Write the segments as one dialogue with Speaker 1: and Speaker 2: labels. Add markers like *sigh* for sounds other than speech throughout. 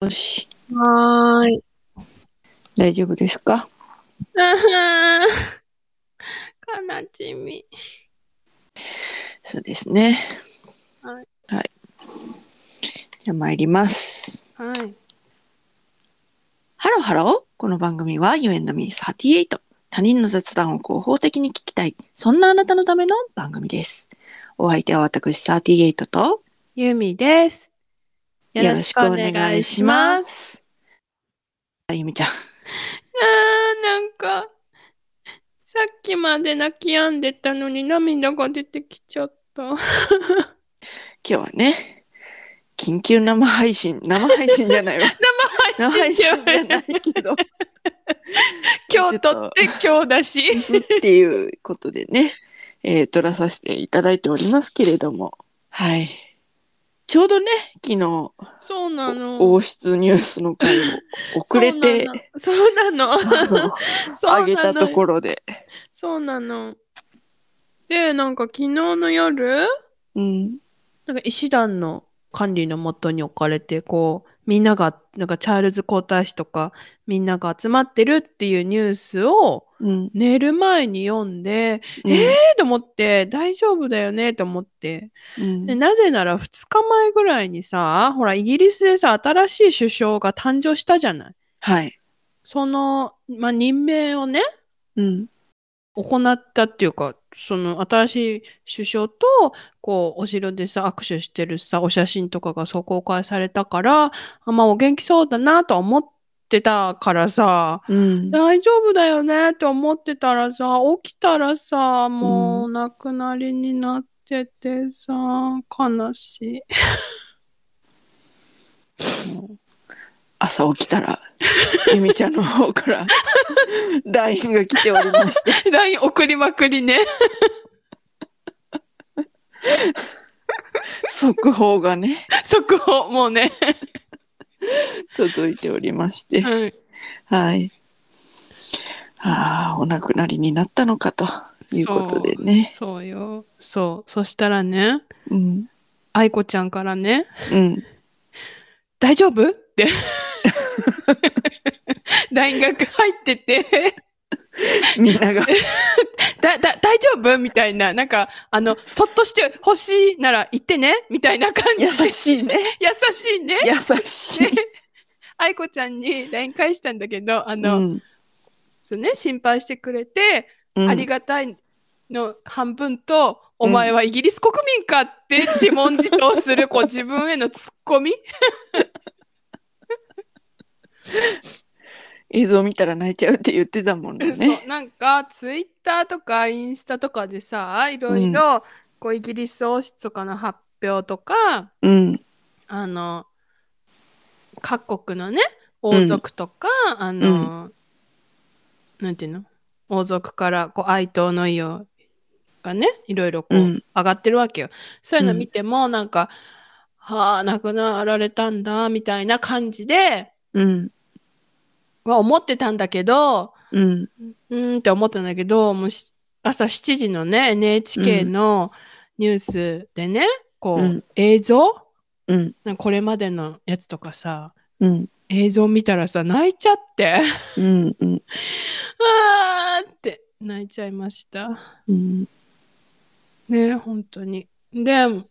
Speaker 1: よし。
Speaker 2: はーい。
Speaker 1: 大丈夫ですか
Speaker 2: うふん悲しみ。
Speaker 1: そうですね。
Speaker 2: は
Speaker 1: はい。じゃあ参ります。
Speaker 2: はい。
Speaker 1: ハローハロー。この番組は You and me38。他人の雑談を合法的に聞きたい。そんなあなたのための番組です。お相手は私38と
Speaker 2: ゆみです。
Speaker 1: よろしくお願いしま。す。あゆみちゃん。
Speaker 2: あー、なんか、さっきまで泣き止んでたのに涙が出てきちゃった。
Speaker 1: 今日はね、緊急生配信。生配信じゃ
Speaker 2: *laughs*
Speaker 1: ないわ。生
Speaker 2: 生
Speaker 1: 配信
Speaker 2: 配信
Speaker 1: じ
Speaker 2: じ
Speaker 1: ゃ
Speaker 2: ゃ
Speaker 1: な
Speaker 2: ないい。
Speaker 1: けど。
Speaker 2: *laughs* 今日撮って今日だし。
Speaker 1: っていうことでね、 *laughs* えー撮らさせていただいておりますけれども、はい。ちょうどね、昨日、
Speaker 2: そうなの。
Speaker 1: 王室ニュースの回を遅れて、
Speaker 2: そうな
Speaker 1: *laughs*
Speaker 2: の。
Speaker 1: あ
Speaker 2: そうなの。
Speaker 1: の上げたと
Speaker 2: ろ。
Speaker 1: ころで、
Speaker 2: そうなの。で、なんか昨日の夜、
Speaker 1: うん、
Speaker 2: なんか医師団の管理のもとに置かれて、こう、みんなが、なんかチャールズ皇太子とか、みんなが集まってるっていうニュースを
Speaker 1: うん、
Speaker 2: 寝る前に読んで、
Speaker 1: うん
Speaker 2: ええー、と思って、大丈夫だよねと思って。
Speaker 1: うん
Speaker 2: でなぜなら2日前ぐらいにさ、ほら、イギリスでさ、新しい首相が誕生したじゃない。
Speaker 1: はい、
Speaker 2: その、まあ、任命をね、
Speaker 1: うん、
Speaker 2: 行ったっていうか、その新しい首相と、こう、お城でさ、握手してるさ、お写真とかがそう公開されたから、あまあ、お元気そうだなとは思ってたからさ、
Speaker 1: うん、
Speaker 2: 大丈夫だよねって思ってたらさ、起きたらさ、もうう亡くなりになっててさ、悲しい。
Speaker 1: 朝起きた
Speaker 2: *laughs*
Speaker 1: ら、ゆみちゃんの方から LINE が来ておりまして、
Speaker 2: *laughs* LINE 送りまくりね。 *laughs*
Speaker 1: 速報がね、
Speaker 2: 速報、もうね。
Speaker 1: 届いておりまして、
Speaker 2: うん
Speaker 1: はい。ああ、お亡くなりになったのかということでね。
Speaker 2: そうよ。そう。そしたらね、
Speaker 1: うん。
Speaker 2: 愛子ちゃんからね、
Speaker 1: うん。
Speaker 2: 大丈夫 *laughs* って。LINE が入ってて
Speaker 1: みんなが、
Speaker 2: だだ大丈夫みたいな、なんか、あの、そっとしてほしいなら言ってねみたいな感じで
Speaker 1: 優しい
Speaker 2: *laughs*
Speaker 1: ね。
Speaker 2: 優しいね。
Speaker 1: 優しい。
Speaker 2: 愛子ちゃんに LINE 返したんだけど、あ
Speaker 1: う
Speaker 2: の、
Speaker 1: ん。
Speaker 2: そうね、心配してくれて、
Speaker 1: うん
Speaker 2: ありがたいの半分と、お前はイギリス国民かって自問自答する、こう自分へのツッコミ
Speaker 1: 映像見たら泣いちゃうって言ってたもんね
Speaker 2: そ。うなんかツイッターとかインスタとかでさいろいろ、こうイギリス王室とかの発表とか
Speaker 1: うん。
Speaker 2: あの各国のね王族とか、あの、なんていうの王族からこう哀悼の意をがねいろいろこう、
Speaker 1: うん
Speaker 2: 上がってるわけよそういうの
Speaker 1: うん
Speaker 2: 見てもなんか、はあ亡くなられたんだみたいな感じで
Speaker 1: うん。
Speaker 2: は思ってたんだけど
Speaker 1: うん。
Speaker 2: うーんって思ったんだけど、もうし朝7時のね、NHK のニュースでね、こう、
Speaker 1: うん
Speaker 2: 映像
Speaker 1: うん。
Speaker 2: なんかこれまでのやつとかさ、
Speaker 1: うん。
Speaker 2: 映像見たらさ、泣いちゃって、 *laughs*
Speaker 1: うん。うん。
Speaker 2: あーって泣いちゃいました。
Speaker 1: うん。
Speaker 2: ね、本当に。で、も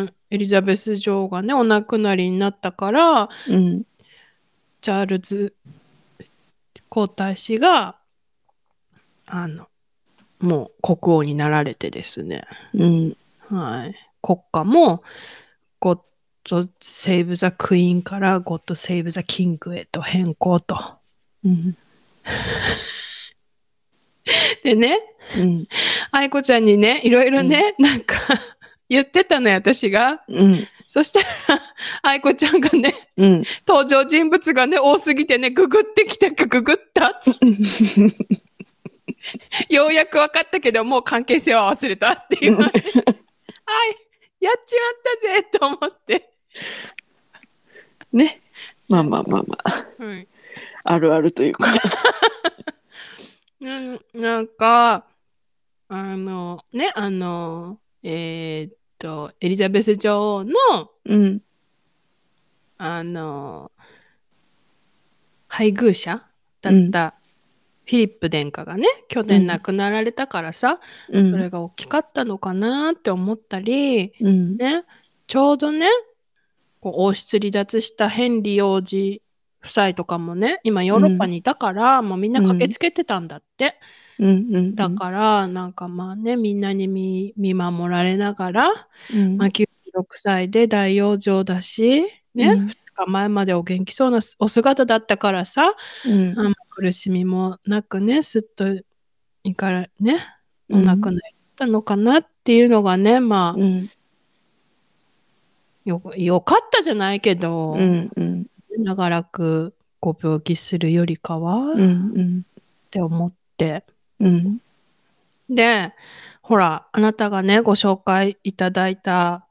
Speaker 2: うエリザベス女王がね、お亡くなりになったから、
Speaker 1: うん。
Speaker 2: チャールズ皇太子が、あの、もう国王になられてですね。
Speaker 1: うん。
Speaker 2: はい、国家も God Save the Queen から God Save the King へと変更と。
Speaker 1: うん。
Speaker 2: でね、
Speaker 1: うん。
Speaker 2: 愛子ちゃんにね、いろいろね、なんか *laughs* 言ってたのよ、私が。
Speaker 1: うん。
Speaker 2: そしたら、 *laughs* 愛子ちゃんがね、
Speaker 1: うん。 *laughs*
Speaker 2: 登場人物がね、多すぎてね、ググってきたか、ググったっつっようやく分かったけど、もう関係性は忘れたって *laughs* いう。はい、やっちまったぜと思って。
Speaker 1: ね。まあまあまあまあ。
Speaker 2: はい
Speaker 1: あるあるという
Speaker 2: *laughs*
Speaker 1: か。
Speaker 2: うん、なんか、あの、ね、あの、えーっと、エリザベス女王の、
Speaker 1: うん。
Speaker 2: あの、配偶者だったフィリップ殿下がね、去年亡くなられたからさ、
Speaker 1: う
Speaker 2: それ
Speaker 1: ん。
Speaker 2: が大きかったのかなって思ったり、
Speaker 1: うん。
Speaker 2: ね、ちょうどね、こう王室離脱したヘンリー王子夫妻とかもね、今ヨーロッパにいたから、もうみんな駆けつけてたんだって。
Speaker 1: うん。うん。
Speaker 2: だから、なんかまあね、みんなに見見守られながら、
Speaker 1: うん。
Speaker 2: まあ、96歳で大養生だし、ね、
Speaker 1: うん
Speaker 2: 2日前までお元気そうなお姿だったからさ、
Speaker 1: うん。
Speaker 2: あの苦しみもなくね、すっといからね、お亡くなりになったのかなっていうのがね、まあ、
Speaker 1: うん。
Speaker 2: よよかったじゃないけど、
Speaker 1: うん。うん。
Speaker 2: 長らくご病気するよりかは、
Speaker 1: う
Speaker 2: っ
Speaker 1: ん。
Speaker 2: て思って
Speaker 1: うん。
Speaker 2: でほらあなたがねご紹介いただいた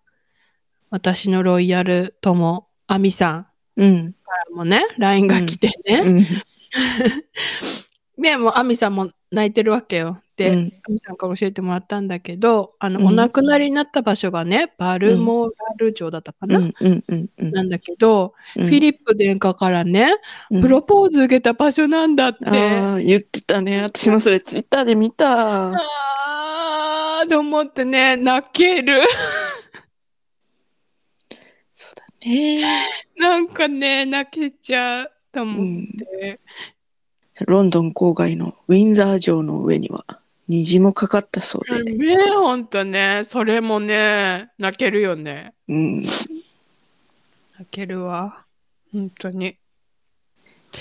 Speaker 2: 私のロイヤル友亜美さんか
Speaker 1: うん。
Speaker 2: らもね LINE が来てね、でもう亜美さんも泣いてるわけよで、
Speaker 1: う
Speaker 2: 亜
Speaker 1: ん。
Speaker 2: 美さんから教えてもらったんだけどあの、
Speaker 1: うん
Speaker 2: お亡くなりになった場所がねバルモラル城だったか
Speaker 1: う
Speaker 2: な、
Speaker 1: ん。うん。うん。
Speaker 2: なんだけど、
Speaker 1: うん。
Speaker 2: フィリップ殿下からね、プロポーズ受けた場所なんだって。
Speaker 1: ああ、言ってたね。私もそれツイッターで見た。
Speaker 2: あーと思ってね、泣ける。
Speaker 1: そうだね。
Speaker 2: なんかね、泣けちゃうと
Speaker 1: う
Speaker 2: 思っ
Speaker 1: ん。
Speaker 2: て。
Speaker 1: ロンドン郊外のウィンザー城の上には虹もかかったそうで。
Speaker 2: ね、ほんとね、それもね、泣けるよね。
Speaker 1: うん。い
Speaker 2: 泣けるわ。本当に。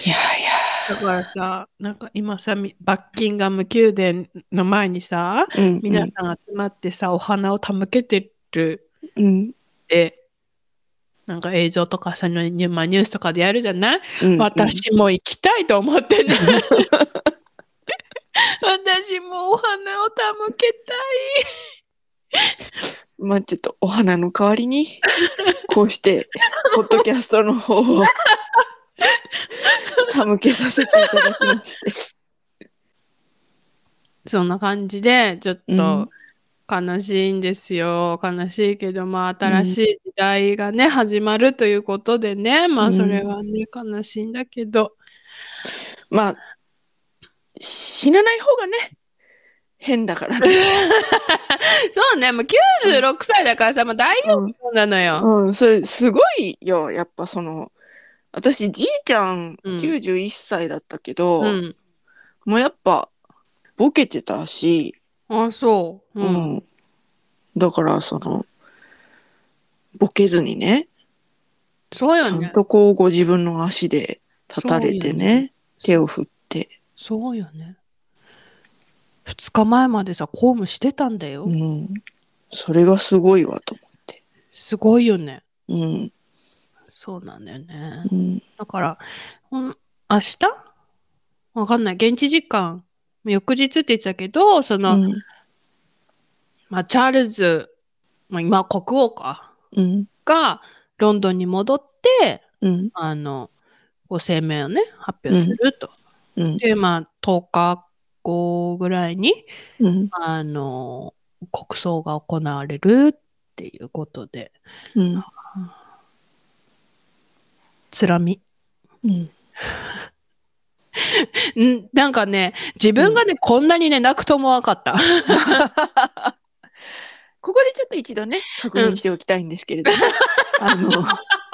Speaker 1: や
Speaker 2: だからさ、なんか今さ、みバッキンガム宮殿の前にさ、
Speaker 1: いや。うん。
Speaker 2: 皆さん集まってさ、お花を手向けてる
Speaker 1: うん。
Speaker 2: って、なんか映像とかさ、ニュまあニュースとかでやるじゃない
Speaker 1: うん。
Speaker 2: 私も行きたいと思ってね。 *laughs* 私もお花を手向けたい。
Speaker 1: まあちょっとお花の代わり
Speaker 2: *laughs*
Speaker 1: に、こうして、ポッドキャストの方を、
Speaker 2: *laughs*
Speaker 1: 手向けさせていただきまして。
Speaker 2: そんな感じで、ちょっ
Speaker 1: うん
Speaker 2: と悲しいんですよ。悲しいけど、まあ新しい時代がね、始まるということでね、ま
Speaker 1: う
Speaker 2: あ
Speaker 1: ん
Speaker 2: それはね、悲しいんだけど、
Speaker 1: まあ、死なない方がね、変だからね。
Speaker 2: そうね、もう96歳だからさ、まあ大丈
Speaker 1: うん
Speaker 2: 夫なのよ。
Speaker 1: うん、それすごいよ。やっぱその、私じいちゃん
Speaker 2: うん
Speaker 1: 91歳だったけど、
Speaker 2: うん。
Speaker 1: もうやっぱボケてたし、
Speaker 2: あ、そう。
Speaker 1: う
Speaker 2: うん。
Speaker 1: んだからその、ボケずにね、
Speaker 2: そう
Speaker 1: ちゃ
Speaker 2: よ
Speaker 1: ん
Speaker 2: ね。
Speaker 1: とこうご自分の足で立たれて
Speaker 2: そうよ
Speaker 1: ね、手を振って、
Speaker 2: そうよね。2日前までさ、公務してたんだよ。
Speaker 1: うん、それがすごいわと
Speaker 2: すごいよね。
Speaker 1: 思う。うん、
Speaker 2: そうなんだよね。
Speaker 1: うん、
Speaker 2: だから、ほん明日わかんない。現地時間、翌日って言ってたけど、その、
Speaker 1: うん、
Speaker 2: まあ、チャールズ、まあ、今、国王か、
Speaker 1: うん、
Speaker 2: が、ロンドンに戻って、
Speaker 1: うん、
Speaker 2: あの、こう声明をね、発表すると。
Speaker 1: うん、
Speaker 2: で、まあ、10日後ぐらいに、
Speaker 1: うん、
Speaker 2: あの、国葬が行われるっていうことで、
Speaker 1: うん、
Speaker 2: つらみ。
Speaker 1: うん。
Speaker 2: んなんかね、自分がね、こんなにね、泣くともわかった。
Speaker 1: ここでちょっと一度ね、確認しておきたいんですけれども、 *laughs* あの、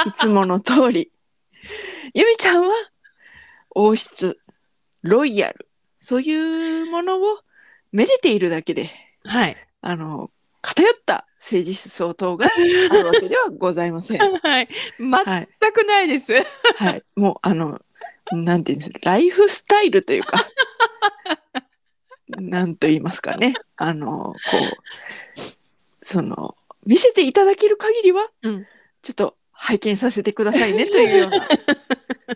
Speaker 1: いつもの通り、ゆみちゃんは、王室、ロイヤル、そういうものをめでているだけで、
Speaker 2: はい。
Speaker 1: あの、偏った政治思想等があるわけではございません。
Speaker 2: *laughs* はい。全
Speaker 1: はい。
Speaker 2: くないです。
Speaker 1: はい。もう、あの、なんていうんですか、ライフスタイルという
Speaker 2: *laughs*
Speaker 1: か、なんと言いますかね。あの、こう、その、見せていただける限りは、
Speaker 2: うん
Speaker 1: ちょっと拝見させてくださいねというような、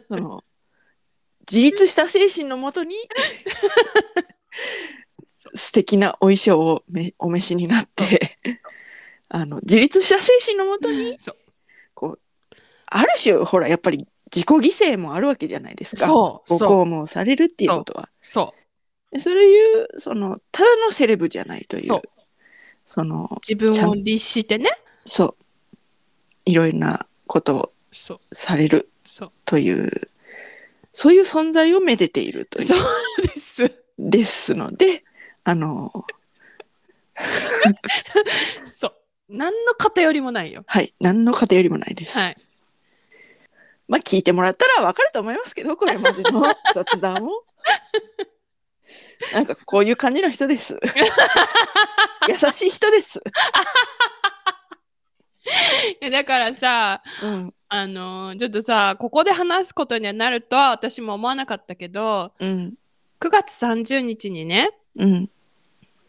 Speaker 2: *laughs*
Speaker 1: その、自立した精神のもと
Speaker 2: *laughs*
Speaker 1: に、素敵なお衣装をめお召しになって、あの、自立した精神のもとに、
Speaker 2: そう
Speaker 1: こう、ある種、ほら、やっぱり自己犠牲もあるわけじゃないですか。
Speaker 2: そう。
Speaker 1: ご
Speaker 2: そう。
Speaker 1: 公務をされるっていうことは。
Speaker 2: そう。
Speaker 1: でそれいう、その、ただのセレブじゃないという、
Speaker 2: そう
Speaker 1: その、
Speaker 2: 自分を律してね。
Speaker 1: そう、いろいろなことを
Speaker 2: そう。
Speaker 1: される
Speaker 2: そう。
Speaker 1: という、そういう存在をめでているという
Speaker 2: そうです。
Speaker 1: ですので、あの、
Speaker 2: そう。何の偏りもないよ。
Speaker 1: はい、何の偏りもないです。
Speaker 2: はい。
Speaker 1: まあ聞いてもらったらわかると思いますけど、これまでの雑談を。なんかこういう感じの人です。優しい人です。
Speaker 2: いやだからさ、
Speaker 1: うん、
Speaker 2: あのーちょっとさ、ここで話すことにはなるとは私も思わなかったけど、
Speaker 1: うん、
Speaker 2: 9月30日にね、
Speaker 1: うん。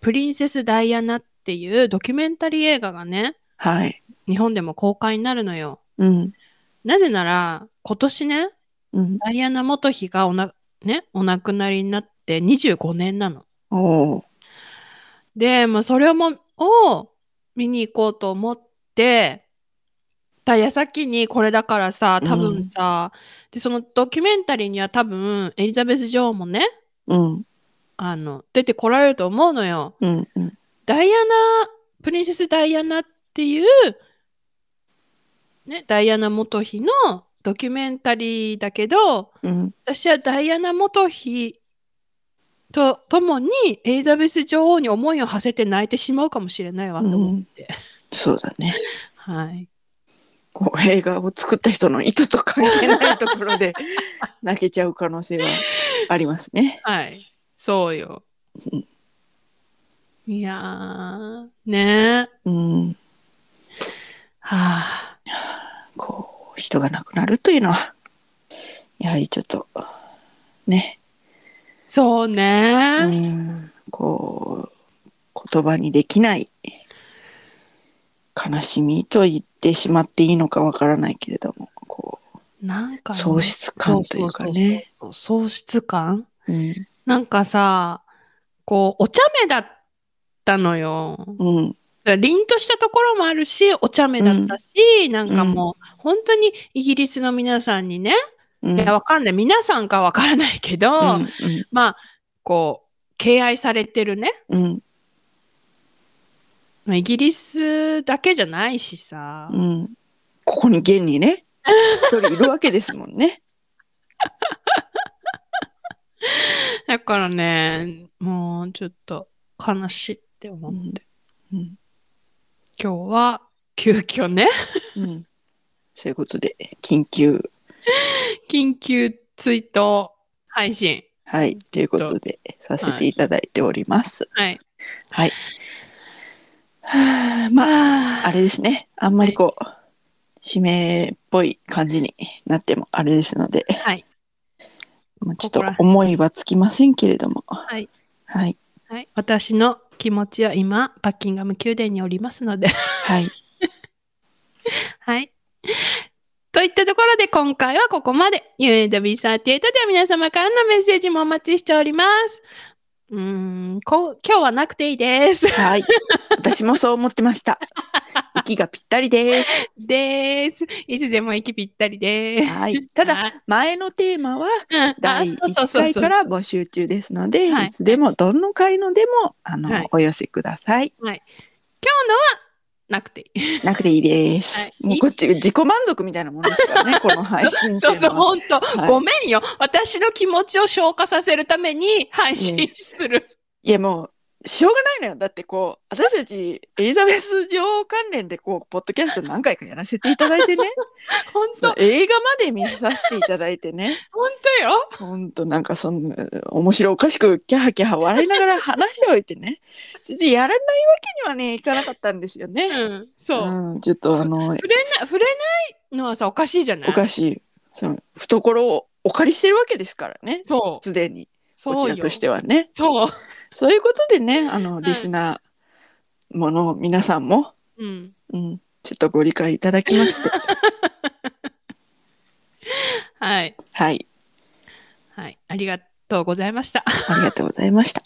Speaker 2: プリンセス・ダイアナっていうドキュメンタリー映画がね、
Speaker 1: はい。
Speaker 2: 日本でも公開になるのよ。
Speaker 1: うん、
Speaker 2: なぜなら、今年ね、
Speaker 1: うん。
Speaker 2: ダイアナ元妃がおな、ね、お亡くなりになって25年なの。
Speaker 1: おー
Speaker 2: で、まあ、それをも、を見に行こうと思って、た矢先にこれだからさ、多分さ、で、そのドキュメンタリーには多分、エリザベス女王もね、
Speaker 1: うん、
Speaker 2: あの、出てこられると思うのよ。
Speaker 1: うん、うん。
Speaker 2: ダイアナ、プリンセスダイアナっていう、ね、ダイアナ元妃のドキュメンタリーだけど、
Speaker 1: うん、
Speaker 2: 私はダイアナ元妃とともにエリザベス女王に思いを馳せて泣いてしまうかもしれないわと思って、
Speaker 1: そうだね。
Speaker 2: はい
Speaker 1: こう映画を作った人の意図と関係ないところで泣けちゃう可能性はありますね。
Speaker 2: はいそうよ
Speaker 1: うん
Speaker 2: いやーねえ
Speaker 1: うん、
Speaker 2: はあ
Speaker 1: こう人が亡くなるというのはやはりちょっとね、
Speaker 2: そうね、
Speaker 1: うん、こう言葉にできない悲しみと言ってしまっていいのかわからないけれどもこ
Speaker 2: なんか
Speaker 1: う
Speaker 2: ね、
Speaker 1: 喪失感というかね。
Speaker 2: そうそうそうそう喪失感
Speaker 1: うん
Speaker 2: なんかさこうお茶目だったのよ
Speaker 1: うん
Speaker 2: だから凛としたところもあるし、お茶目だったし、なんかもう、本当にイギリスの皆さんにね、
Speaker 1: うん
Speaker 2: いや、わかんない。皆さんかわからないけど、
Speaker 1: うん
Speaker 2: まあ、こう、敬愛されてるね。
Speaker 1: うん
Speaker 2: まあイギリスだけじゃないしさ
Speaker 1: う。んここに現にね一人いるわけですもんね。 *laughs*
Speaker 2: だからね、もうちょっと悲しいって思って。
Speaker 1: うん
Speaker 2: 今日は、急遽ね、 *laughs*
Speaker 1: うん、そういうことで緊急
Speaker 2: 緊急追悼配信。
Speaker 1: はいということでさせていただいております。
Speaker 2: はい。
Speaker 1: はい。はあまああれですねあんまりこう指名っぽい感じになってもあれですので、
Speaker 2: はい。
Speaker 1: まあ、ちょっ
Speaker 2: ことこら
Speaker 1: 思いはつきませんけれども
Speaker 2: はい。
Speaker 1: はい
Speaker 2: はい、私の気持ちは今、バッキンガム宮殿におりますので。
Speaker 1: はい
Speaker 2: はい。といったところで今回はここまで。UNW38 では皆様からのメッセージもお待ちしております。うーん、こう今日はなくていいです。 *laughs*
Speaker 1: はい私もそう思ってました息がぴったりです
Speaker 2: です。いつでも息ぴったりです。
Speaker 1: はいただ
Speaker 2: はい、
Speaker 1: 前のテーマは
Speaker 2: うん
Speaker 1: 第
Speaker 2: あそうそう
Speaker 1: 1
Speaker 2: そう
Speaker 1: 回
Speaker 2: そう
Speaker 1: から募集中ですので、
Speaker 2: はい
Speaker 1: いつでもどの回のでもあの、
Speaker 2: はい
Speaker 1: お寄せください。
Speaker 2: 今日のはなくていい。
Speaker 1: なくていいです。
Speaker 2: はい
Speaker 1: もうこっち自己満足みたいなものですから
Speaker 2: *laughs*
Speaker 1: ね、この配信って
Speaker 2: そ
Speaker 1: いう
Speaker 2: そう、
Speaker 1: うのは。
Speaker 2: ほんと、
Speaker 1: はい
Speaker 2: ごめんよ。私の気持ちを消化させるために配信する。
Speaker 1: いやもうしょうがないのよ。だってこう私たちエリザベス女王関連でこうポッドキャスト何回かやらせていただいて *laughs* ね、
Speaker 2: ほん
Speaker 1: *laughs*
Speaker 2: と、
Speaker 1: そう映画まで見させていただいてね、
Speaker 2: ほんとよ。
Speaker 1: 本当なんかその面白おかしくキャハキャハ笑いながら話しておいてね、ちょっとやらないわけにはねいかなかったんですよね。
Speaker 2: うん、そう。
Speaker 1: うん、ちょっとあの
Speaker 2: 触れな触れないのはさおかしいじゃない
Speaker 1: おかしいその懐をお借りしてるわけですからね
Speaker 2: そう
Speaker 1: すでにこ
Speaker 2: そ
Speaker 1: ち
Speaker 2: う
Speaker 1: ら
Speaker 2: よ
Speaker 1: としてはね
Speaker 2: そう、
Speaker 1: そういうことでねあの
Speaker 2: い
Speaker 1: リスナーもの皆さんも、
Speaker 2: うん、
Speaker 1: うん、ちょっとご理解いただきま
Speaker 2: *laughs*
Speaker 1: して
Speaker 2: はい
Speaker 1: はい
Speaker 2: はいありがとうございました *laughs* い
Speaker 1: ありがとうございました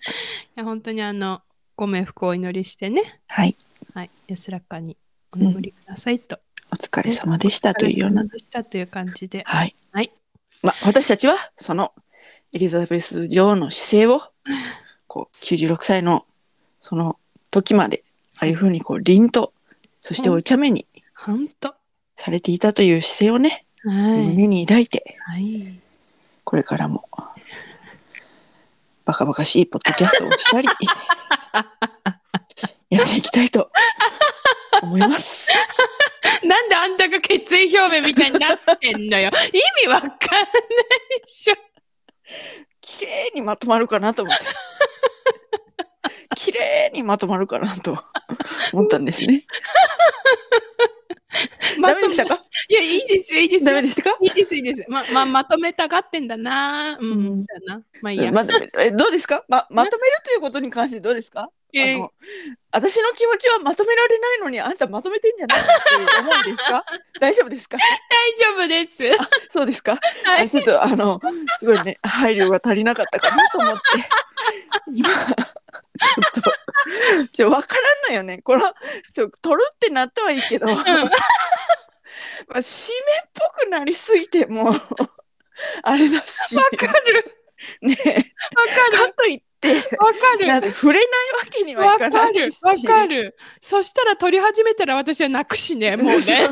Speaker 2: や本当にあのご冥福をお祈りしてね
Speaker 1: はい
Speaker 2: はい安らかにお眠りくださいと、
Speaker 1: お疲れ様でしたというような
Speaker 2: お疲れ様でしたという感じで
Speaker 1: はい、
Speaker 2: はい
Speaker 1: まあ私たちはそのエリザベス女王の姿勢
Speaker 2: *laughs*
Speaker 1: をこう96歳のその時までああいうふうにこう凛とそしてお茶目に
Speaker 2: 本当
Speaker 1: されていたという姿勢をね、
Speaker 2: はい、
Speaker 1: 胸に抱いて
Speaker 2: はい
Speaker 1: これからも。バカバカしいポッドキャストをした
Speaker 2: *laughs*
Speaker 1: り、やっていきたいと思います。
Speaker 2: なんであんたが決意表明みたいになってんのよ。意味わかんないでしょ。
Speaker 1: 綺麗にまとまるかなと思って。綺麗にまとまるかなと思ったんですね。
Speaker 2: ま
Speaker 1: ダメ
Speaker 2: とめ
Speaker 1: でしたか
Speaker 2: いや、いいですよ、いいです
Speaker 1: ダ
Speaker 2: よ。
Speaker 1: メ
Speaker 2: い
Speaker 1: でしたか
Speaker 2: いです、いいです。ま、ま、まとめたがってんだな。うん、
Speaker 1: うん
Speaker 2: だな。まあいいや。
Speaker 1: まえどうですかままとめるということに関してどうですか
Speaker 2: え
Speaker 1: あ
Speaker 2: ー
Speaker 1: の私の気持ちはまとめられないのにあんたまとめてんじゃないって思うんですか大丈夫ですか
Speaker 2: 大丈夫です。は
Speaker 1: そうですかあ
Speaker 2: い。
Speaker 1: ちょっとあ
Speaker 2: *laughs*
Speaker 1: のすごいね配慮が足りなかったかなと思って今ちょっとちょ分からんのよねこれはちょ取るってなったはいいけど、ま
Speaker 2: うん
Speaker 1: あ、締めっぽくなりすぎてもうあれだし
Speaker 2: わかる。
Speaker 1: ねか
Speaker 2: わかる。
Speaker 1: といって
Speaker 2: わかる。
Speaker 1: なんか触れないわけにはい
Speaker 2: わ
Speaker 1: か
Speaker 2: か
Speaker 1: ない
Speaker 2: る
Speaker 1: し。
Speaker 2: わかる。そしたら撮り始めたら私は泣くし *laughs* ね、もう
Speaker 1: そう
Speaker 2: ね。
Speaker 1: そう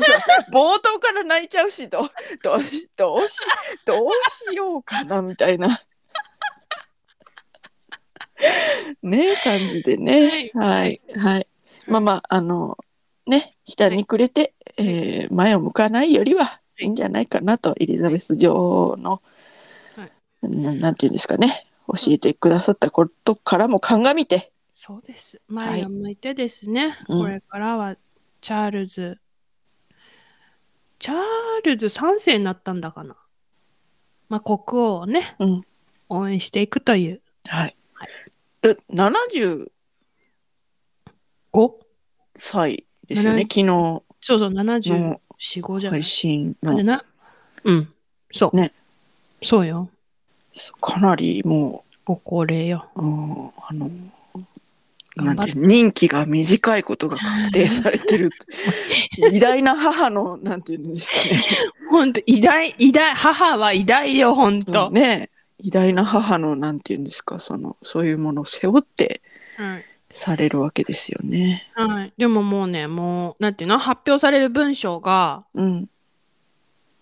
Speaker 1: *laughs* 冒頭から泣いちゃうしどうどうしどうしどうしようかなみたいな *laughs* ねえ感じでねはいはいまあまああのね下にくれて、えー前を向かないよりはいいんじゃないかなとエリザベス女王の、
Speaker 2: はい
Speaker 1: ななんていうんですかね教えてくださったことからも鑑みて
Speaker 2: そうです。前を向いてですね、
Speaker 1: うん
Speaker 2: これからはチャールズ。チャールズ3世になったんだかな。まあ、国王をね、
Speaker 1: うん
Speaker 2: 応援していくという。
Speaker 1: はい
Speaker 2: はい。
Speaker 1: で70
Speaker 2: 5?
Speaker 1: 歳ですよね
Speaker 2: 70
Speaker 1: 昨日の
Speaker 2: そうそう、74、5じゃない
Speaker 1: 配。信
Speaker 2: あ
Speaker 1: の
Speaker 2: れなうん。そう。
Speaker 1: ね
Speaker 2: そうよ。
Speaker 1: かなりも
Speaker 2: ご高齢よ。
Speaker 1: う、うん、あのな
Speaker 2: 頑
Speaker 1: ん
Speaker 2: 張って
Speaker 1: 任期が短いことが確定されてる
Speaker 2: *laughs*
Speaker 1: 偉大な母のなんていうんですかね
Speaker 2: 本当偉大、偉大、母は偉大よ、本当、
Speaker 1: ね偉大な母のなんていうんですかそのそういうものを背負って
Speaker 2: はい。
Speaker 1: されるわけですよね。
Speaker 2: はい、でももうねもうなんていうの発表される文章が
Speaker 1: うん、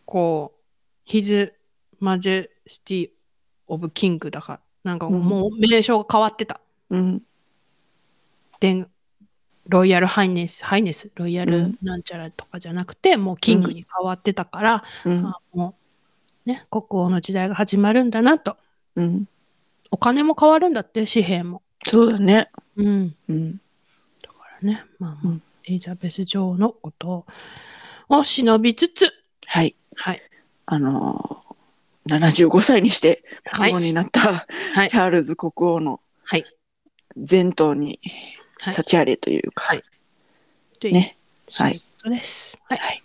Speaker 2: こう「His Majesty of King」だからなんか
Speaker 1: うん
Speaker 2: もう名称が変わってた
Speaker 1: うん、
Speaker 2: 「でんロイヤルハイネス」「ハイネス」「ロイヤ
Speaker 1: う
Speaker 2: ル
Speaker 1: ん
Speaker 2: なんちゃら」とかじゃなくてもう「キング」に変わってたから、
Speaker 1: うん
Speaker 2: あ、もうね国王の時代が始まるんだなと
Speaker 1: うん、
Speaker 2: お金も変わるんだって紙幣も。
Speaker 1: そうだね。
Speaker 2: うん
Speaker 1: うん、
Speaker 2: だからね、まあまあ、
Speaker 1: うん
Speaker 2: エリザベス女王のことを忍びつつ、
Speaker 1: はい、
Speaker 2: はい、
Speaker 1: あのー、75歳にして
Speaker 2: は
Speaker 1: 国王
Speaker 2: い、
Speaker 1: になった、
Speaker 2: はい
Speaker 1: チ、ャールズ国王の
Speaker 2: はい、
Speaker 1: 前頭に
Speaker 2: はい、
Speaker 1: 立ち上げというか、
Speaker 2: はいという
Speaker 1: ね
Speaker 2: そう
Speaker 1: はい
Speaker 2: いうことです。はい、
Speaker 1: はい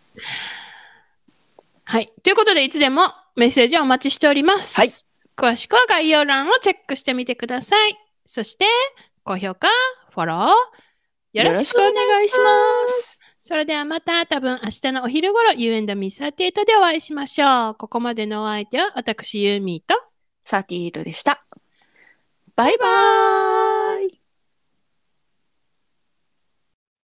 Speaker 2: はい、ということで、いつでもメッセージをお待ちしております。
Speaker 1: はい、
Speaker 2: 詳しくは概要欄をチェックしてみてください。そして、高評価、フォロー、
Speaker 1: よろしくお願いします。
Speaker 2: それではまた多分明日のお昼頃 You and me38 でお会いしましょう。ここまでのお相手は私ユーミーと
Speaker 1: 38でした。バイバーイ